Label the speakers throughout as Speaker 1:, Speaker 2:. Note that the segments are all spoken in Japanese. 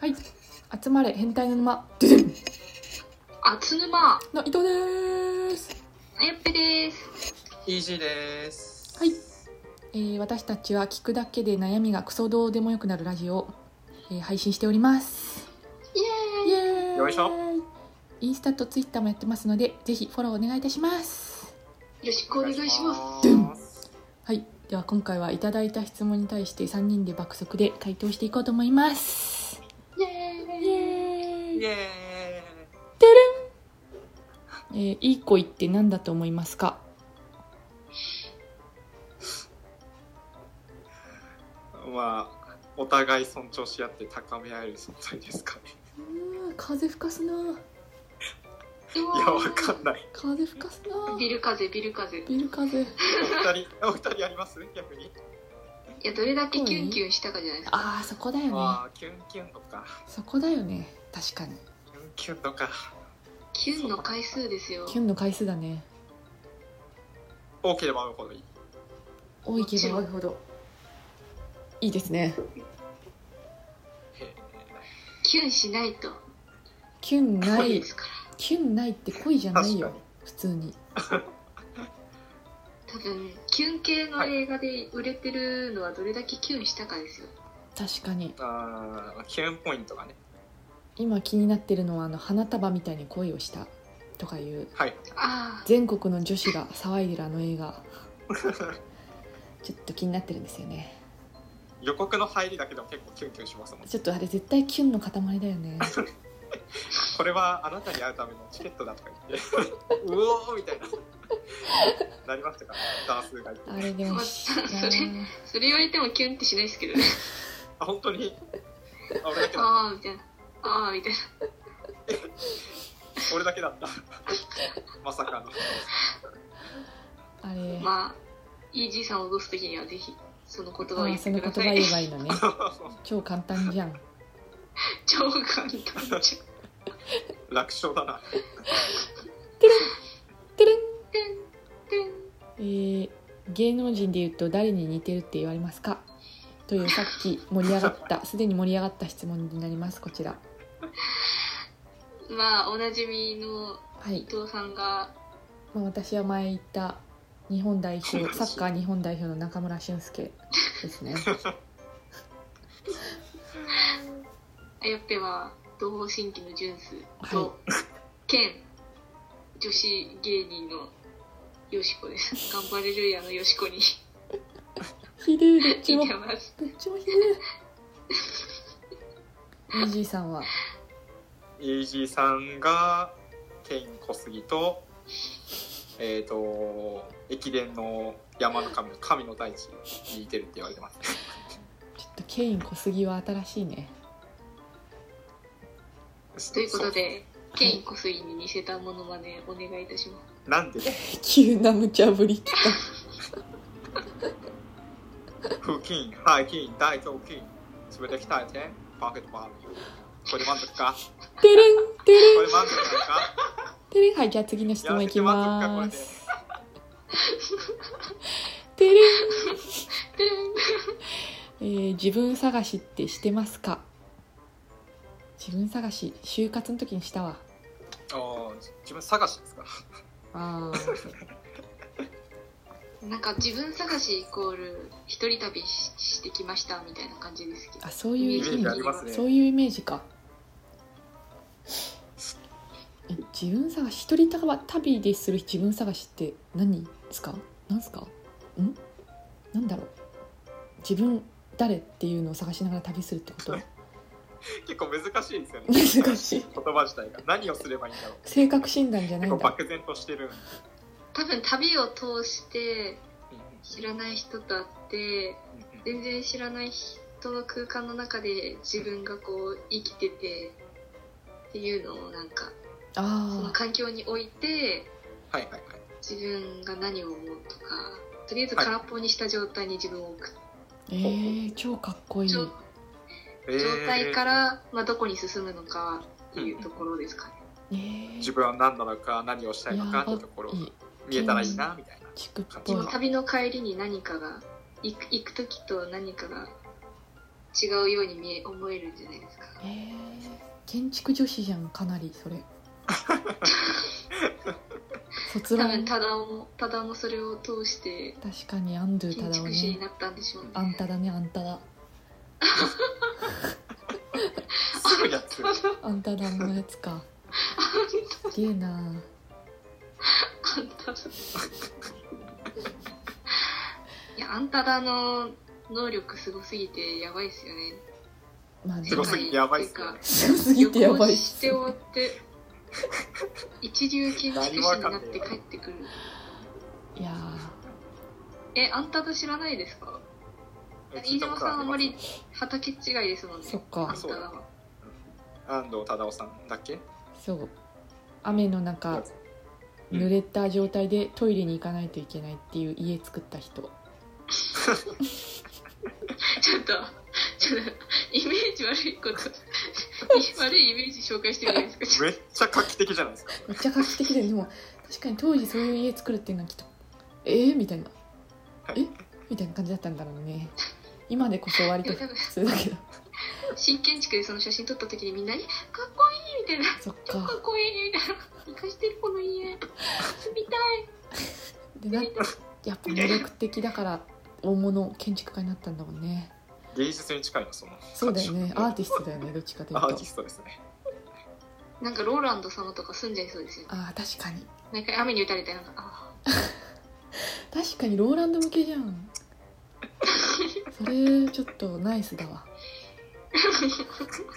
Speaker 1: はい集まれ変態の沼ドゥドゥン
Speaker 2: あつぬま
Speaker 1: の伊藤です
Speaker 2: あやっぺです。
Speaker 3: TG です。
Speaker 1: はい、えー私たちは聞くだけで悩みがクソどうでもよくなるラジオを、えー配信しております
Speaker 2: イエ
Speaker 1: イエーイ
Speaker 3: よいしょ
Speaker 1: インスタとツイッターもやってますのでぜひフォローお願いいたします
Speaker 2: ーイ。よろしくお願いします。
Speaker 3: す。
Speaker 1: はいでは今回はいただいた質問に対して3人で爆速で回答していこうと思います
Speaker 2: イエーイ。
Speaker 1: イエーイ
Speaker 3: イエーイ。
Speaker 1: えーいい恋って何だと思いますか
Speaker 3: まあ、お互い尊重し合って高め合える存在ですかね。
Speaker 1: 風吹かすな
Speaker 3: いや、わかんない。
Speaker 1: 風吹かすな
Speaker 2: ビル風ビル風。い
Speaker 1: ビル風
Speaker 3: お二人、お二人あります逆に。
Speaker 2: やどれだけキュンキュンしたかじゃないですか。
Speaker 1: ああそこだよね
Speaker 3: ああ、キュンキュンとか。
Speaker 1: そこだよね確かに
Speaker 3: キュンキュンとか。
Speaker 2: キュンの回数ですよ。
Speaker 1: キュンの回数だね
Speaker 3: 多ければ多いほどいい。
Speaker 1: 多いけど多いほどいいですね
Speaker 2: キュンしないと
Speaker 1: キュンな
Speaker 2: 恋
Speaker 1: い
Speaker 2: ですから。
Speaker 1: キュンないって恋じゃない
Speaker 3: 確か
Speaker 1: よ
Speaker 3: に。
Speaker 1: 普通に
Speaker 2: 多分キュン系の映画で売れてるのはどれだけキュンしたかですよ。
Speaker 1: 確かに
Speaker 3: ああ、キュンポイントがね。
Speaker 1: 今気になってるのはあの花束みたいに恋をしたとかいう
Speaker 3: はい。
Speaker 2: あ
Speaker 1: 全国の女子が騒いでるあの映画ちょっと気になってるんですよね
Speaker 3: 予告の入りだけでも結構キュンキュンしますもん。
Speaker 1: ちょっとあれ絶対キュンの塊だよね
Speaker 3: これはあなたに会うためのチケットだとか言って、 うおーみたいな。なりましたかダンスがいて。
Speaker 1: あれでもし
Speaker 2: まあそれあ、それ言われてもキュンってしないですけどね。
Speaker 3: あ、本当に。あ、俺だけだ。
Speaker 2: ああみたいな。ああみたいな。
Speaker 3: 俺だけだった。まさかの。
Speaker 1: あれ、
Speaker 2: まあイージーさんを脅すときにはぜひその言葉を
Speaker 1: あ
Speaker 2: 言
Speaker 1: あ
Speaker 2: っ
Speaker 1: そ
Speaker 2: て
Speaker 1: の
Speaker 2: く
Speaker 1: 言
Speaker 2: だ
Speaker 1: 葉
Speaker 2: さ
Speaker 1: 言
Speaker 2: い。
Speaker 1: えばいいのね超簡単じゃん
Speaker 2: 超簡単じゃん。
Speaker 3: 楽勝だな。
Speaker 1: てれん
Speaker 2: てんてん。
Speaker 1: えー芸能人で言うと誰に似てるって言われますかというさっき盛り上が ったすでに盛り上がった質問になりますこちら
Speaker 2: まあおなじみの
Speaker 1: はい
Speaker 2: 伊、藤さんが
Speaker 1: まあ、私は前言った日本代表サッカー日本代表の中村俊輔です ね
Speaker 2: あやっぺは同胞神起のジュンス
Speaker 1: は
Speaker 2: と、
Speaker 1: い
Speaker 2: 兼女子芸人のよしこです頑張れるやのよしこに
Speaker 1: ひでえどっちも
Speaker 2: い
Speaker 1: ど
Speaker 2: てます
Speaker 1: っちもひでえイージーさんは
Speaker 3: イージーさんが、ケイン小杉と、えっ、と、駅伝の山の神の神の大地に似てるって言われてます。
Speaker 1: ちょっとケイン小杉は新しいね
Speaker 2: ということ
Speaker 3: そ
Speaker 2: でケイン小杉に似せたものまねお願いいたしま
Speaker 3: う。なんで
Speaker 1: 急な無茶ぶりって
Speaker 3: 腹筋、背筋、大胸筋、すべて鍛えて、パーケットバーベキューこれ満足か
Speaker 1: てれんてれん
Speaker 3: これ満足なのか
Speaker 1: てれんはいじゃあ次の質問いきま
Speaker 3: やらせて満足かこれです
Speaker 1: てれん
Speaker 2: すてれん
Speaker 1: えー自分探しってしてますか自分探し就活の時にしたわ
Speaker 3: あー自分探しですか
Speaker 1: あ
Speaker 2: なんか自分探しイコール一人旅ししてきましたみたいな感じですけど
Speaker 1: あそういう
Speaker 3: イ
Speaker 1: 意
Speaker 3: メージあ
Speaker 1: 味
Speaker 3: りますね。
Speaker 1: そういうイメージかえ自分探し一人旅でする自分探しって何ですか何すかんなんだろう自分誰っていうのを探しながら旅するってこと
Speaker 3: 結構難しいですよね。
Speaker 1: 難しい
Speaker 3: 言葉自体が何をすればいいんだろう
Speaker 1: 性格診断じゃない
Speaker 3: 結
Speaker 1: ん
Speaker 3: 構
Speaker 1: だ
Speaker 3: 漠然としてるんで
Speaker 2: 多分旅を通して
Speaker 3: うん
Speaker 2: 知らない人と会って
Speaker 3: うん
Speaker 2: 全然知らない人の空間の中で自分がこう生きててっていうのをなんかその
Speaker 1: ああ
Speaker 2: 環境に置いて
Speaker 3: はいはいはい
Speaker 2: 自分が何を思うとかとりあえず空っぽにした状態に自分を置く、
Speaker 1: えー、超かっこいい
Speaker 2: 状
Speaker 3: え
Speaker 2: 状
Speaker 3: ー
Speaker 2: 態から、まあ、どこに進むのかっていうところですかね、
Speaker 1: えー、
Speaker 3: 自分は何なのか何をしたいのかっていうところ
Speaker 1: いい
Speaker 3: 見えたらいいなみた いな
Speaker 1: チクっ
Speaker 3: うん
Speaker 1: ぽい
Speaker 2: その旅の帰りに何かが行く行く時と何かが違うように見え思えるんじゃないですか
Speaker 1: えー、建築女子じゃんかなりそれ卒
Speaker 2: 多
Speaker 1: 論
Speaker 2: 分ただもただもそれを通して
Speaker 1: 確かにアンドゥただ
Speaker 2: 建
Speaker 1: を
Speaker 2: 築士に
Speaker 1: ね
Speaker 2: なったんでしょうね
Speaker 1: あんただねあんただ
Speaker 3: すぐやってる
Speaker 1: あんただのやつかすげえな
Speaker 2: あんただ いやあんただの能力すごすぎてやばいっすよね
Speaker 1: まあね
Speaker 3: すごすぎてやばいっす
Speaker 1: す
Speaker 3: よね
Speaker 1: ごすぎてやばいっす
Speaker 2: 旅行して終わって一流建築士になって帰ってくる
Speaker 1: いや
Speaker 2: えあんただ知らないですか飯島さんあんまり畑違いですもんね
Speaker 1: そっ
Speaker 2: あ
Speaker 1: か
Speaker 2: んただは
Speaker 3: 安藤忠雄さんだっけ
Speaker 1: ーそう雨の中
Speaker 3: うん
Speaker 1: 濡れた状態でトイレに行かないといけないっていう家作った人
Speaker 2: ちょっと、ちょっと、イメージ悪いこと、悪いイメージ紹介してるじゃないですか。ちょっ
Speaker 3: めっちゃ画期的じゃないですか
Speaker 1: めっちゃ画期的ででも確かに当時そういう家作るっていうのはきっとえー、みたいなえみたいな感じだったんだろうね今でこそ割と普通だけど
Speaker 2: と新建築でその写真撮った時にみんなに、かっこいいみたいな、
Speaker 1: そっ
Speaker 2: 超か
Speaker 1: か
Speaker 2: っこいいみたいな、生かしてるこの家、住みたい。
Speaker 1: でなやっぱ魅力的だから大物建築家になったんだもんね
Speaker 3: 芸術に近いのその
Speaker 1: そうだよねア
Speaker 3: ア
Speaker 1: ーティストだよねどっちかという
Speaker 3: ー
Speaker 1: と
Speaker 3: ティストですね
Speaker 2: なんかローランド様とか住んじゃいそうですよね。
Speaker 1: あー確かに
Speaker 2: 毎回雨に打たれたような、あ
Speaker 1: 確かにローランド向けじゃ んそれちょっとナイスだ わ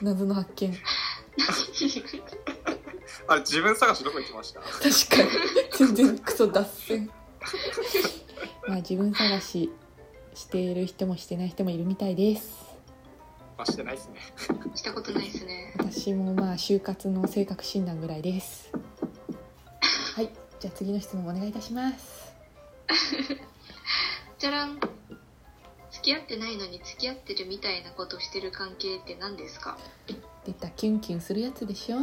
Speaker 1: 謎の発見
Speaker 3: あれ自分探しどこ行きました
Speaker 1: 確かに全然クソ脱線まあ自分探ししている人もしてない人もいるみたいです
Speaker 3: まあしてないですね
Speaker 2: したことないですね。
Speaker 1: 私もまあ就活の性格診断ぐらいですはいじゃあ次の質問お願いいたします
Speaker 2: じゃらん。付き合ってないのに付き合ってるみたいなことしてる関係って何ですか
Speaker 1: 出たキュンキュンするやつでしょ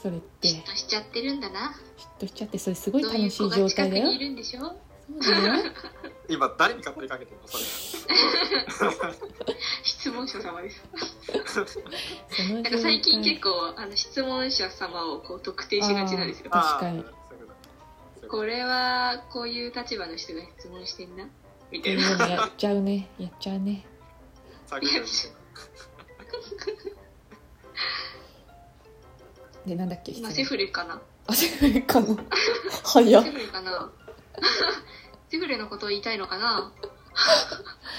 Speaker 1: それって
Speaker 2: 嫉妬しちゃってるんだな。
Speaker 1: 嫉妬しちゃってそれすごい
Speaker 2: そう
Speaker 1: 楽
Speaker 2: いう
Speaker 1: し
Speaker 2: 子
Speaker 1: い
Speaker 2: が
Speaker 1: 状
Speaker 2: 近
Speaker 1: 態
Speaker 2: く
Speaker 1: だよ
Speaker 2: にいるんでしょ
Speaker 1: そうだよ
Speaker 3: 今誰に語りかけてるのそれ
Speaker 2: 質問者様です。
Speaker 1: その状
Speaker 2: なんか
Speaker 1: 態
Speaker 2: 最近結構あの質問者様をこう特定しがちなんですよ
Speaker 1: あ。確かに
Speaker 3: あーそういうことそういうこ
Speaker 2: これはこういう立場の人が質問してんなみた
Speaker 1: いい
Speaker 2: いな。
Speaker 1: よねやっちゃうねやっちゃうね
Speaker 3: と探してるんですよ
Speaker 1: でなんだっけ
Speaker 2: 今セフレかな。
Speaker 1: あセフレかな早っ
Speaker 2: セフレかな。 セフレのことを言いたいのかな。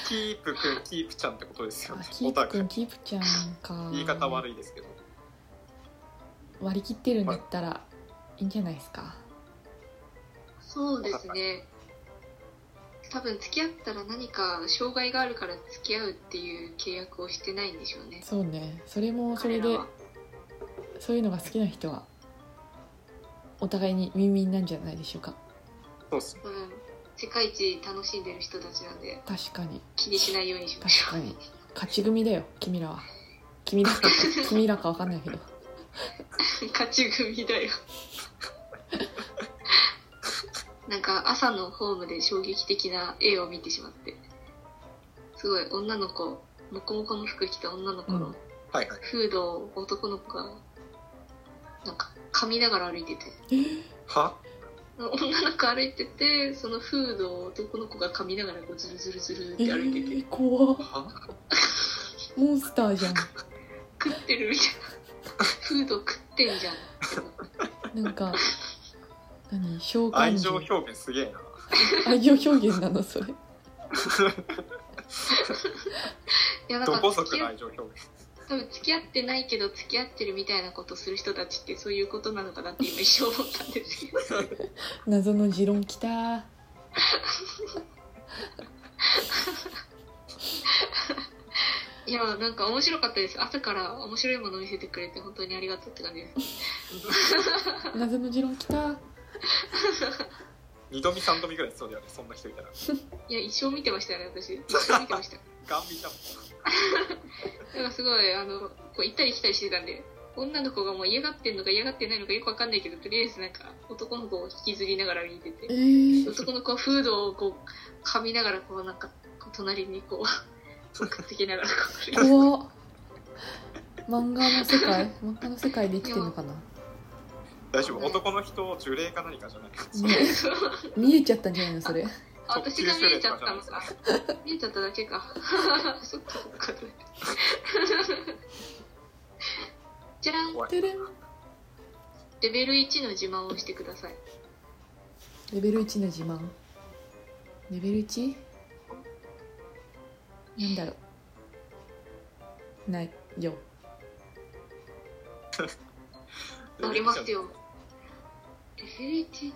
Speaker 3: キープくんキープちゃんってことですよ
Speaker 1: あ
Speaker 3: ね
Speaker 1: キー
Speaker 3: オタ
Speaker 1: プく
Speaker 3: ク
Speaker 1: んキープちゃんか
Speaker 3: 言い方
Speaker 1: 割
Speaker 3: 悪いですけど
Speaker 1: り切ってるんだったらいいんじゃないですか
Speaker 2: そうですね。多分付き合ったら何か障害があるから付き合うっていう契約をしてないんでしょうね。
Speaker 1: そうねそれもそれ
Speaker 2: 彼
Speaker 1: で
Speaker 2: らは
Speaker 1: そういうのが好きな人はお互いにウィンウィンなんじゃないでしょうか
Speaker 3: そうっすね
Speaker 2: うん。世界一楽しんでる人たちなんで
Speaker 1: 確かに
Speaker 2: 気にしないようにしまし
Speaker 1: 確か
Speaker 2: ょう。
Speaker 1: に勝ち組だよ君らは君ら 君らかわかんないけど
Speaker 2: 勝ち組だよなんか朝のホームで衝撃的な絵を見てしまってすごい女の子モコモコの服着た女の子
Speaker 1: う
Speaker 2: の
Speaker 1: ん
Speaker 3: はいはい
Speaker 2: フードを男の子がなんか噛みながら歩いてて
Speaker 3: は
Speaker 2: 女の子歩いててそのフードを男の子が噛みながらこうズルズルズルっ
Speaker 1: え
Speaker 2: て歩いてて、
Speaker 1: ー、怖っ
Speaker 3: は
Speaker 1: モンスターじゃん
Speaker 2: 食ってるみたいなフード食ってんじゃんって思って
Speaker 1: なんか何召喚
Speaker 3: 愛情
Speaker 1: 獣
Speaker 3: 表現すげえな
Speaker 1: 愛情表現なのそれ
Speaker 2: いやなん
Speaker 3: ど
Speaker 2: か
Speaker 3: こ
Speaker 2: 付
Speaker 3: 族
Speaker 2: き
Speaker 3: の
Speaker 2: 合
Speaker 3: 愛情表現
Speaker 2: 多分付き合ってないけど付き合ってるみたいなことする人たちってそういうことなのかなって今一生思ったんですけど
Speaker 1: 謎の持論きたー
Speaker 2: いやなんか面白かったです朝から面白いもの見せてくれて本当にありがとうって感じです
Speaker 1: 謎の持論きたー
Speaker 3: 二度見三度見ぐらいそうだよねそんな人いたら
Speaker 2: いや一生見てましたよね私一生見てました
Speaker 3: ガンビじゃん
Speaker 2: なんかすごいあのこう行ったり来たりしてたんで女の子がもう嫌がってんのか嫌がってないのかよくわかんないけどとりあえずなんか男の子を引きずりながら見て
Speaker 1: え
Speaker 2: て
Speaker 1: ー、
Speaker 2: 男の子はフードをこう噛みながらこうなんかこう隣にこうとかってきながらこう
Speaker 1: 怖っ漫画の世 界漫画の世界で生きてるのかな
Speaker 3: 大丈夫男の人呪霊か何かじゃないか
Speaker 1: ね見えちゃったんじゃないのそれ
Speaker 2: あ私が見えちゃったのか見えちゃっただけかそっかそっかじゃらん
Speaker 3: 怖い
Speaker 1: てれん
Speaker 2: レベル1の自慢をしてください
Speaker 1: レベル1の自慢レベル 1? なんだろうないよ
Speaker 2: ありますよレベル 1?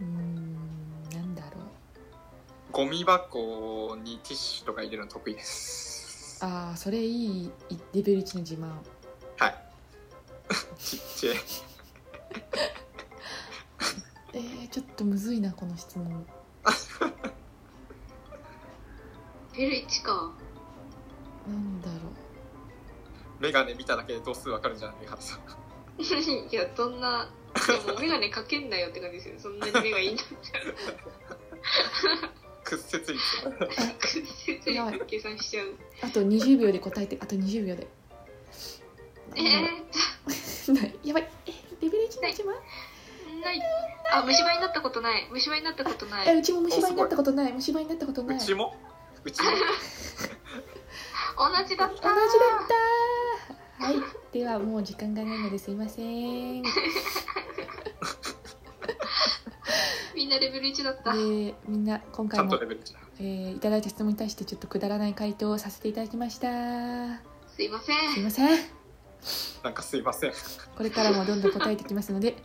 Speaker 1: うーんなんだろう
Speaker 3: ゴミ箱にティッシュとか入れるの得意です
Speaker 1: ああそれいいいレベル1の自慢
Speaker 3: はいちっちゃい
Speaker 1: えー、ちょっとむずいなこの質問
Speaker 2: レベル1か
Speaker 1: なんだろ
Speaker 3: メガネ見ただけで度数わかるんじゃないかさん
Speaker 2: いや、どんな、でも眼鏡かけんなよって感じですよ。そんなに目がいいんだったら。
Speaker 3: 屈折率
Speaker 2: 屈折率計算しちゃう。
Speaker 1: うあと20秒で答えてあと20秒で
Speaker 2: え
Speaker 1: なんだろう ないやばいえレベル1の自慢
Speaker 2: ー、ない。あ、虫歯になったことない。虫歯になったことな
Speaker 1: え
Speaker 2: い。
Speaker 1: うちも虫歯になったことない虫歯になったことな
Speaker 3: う
Speaker 1: い同
Speaker 3: ち
Speaker 1: じだっ
Speaker 3: もうちも
Speaker 2: 同じだった。
Speaker 1: たはいではもう時間がないのですいませんで
Speaker 2: みんなレベル1だった。
Speaker 1: みんな今
Speaker 3: ちゃ
Speaker 1: 回
Speaker 3: んと
Speaker 1: も
Speaker 3: レベル1だ
Speaker 1: えーいただいた質問に対してちょっとくだらない回答をさせていただきました
Speaker 2: すいません。
Speaker 1: すいません
Speaker 3: なんかすいません
Speaker 1: これからもどんどん答えてきますので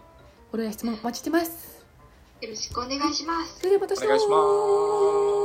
Speaker 1: フォローや質問お待ちしてます
Speaker 2: よろしくお願いします。
Speaker 1: それではまた明日
Speaker 3: お願いします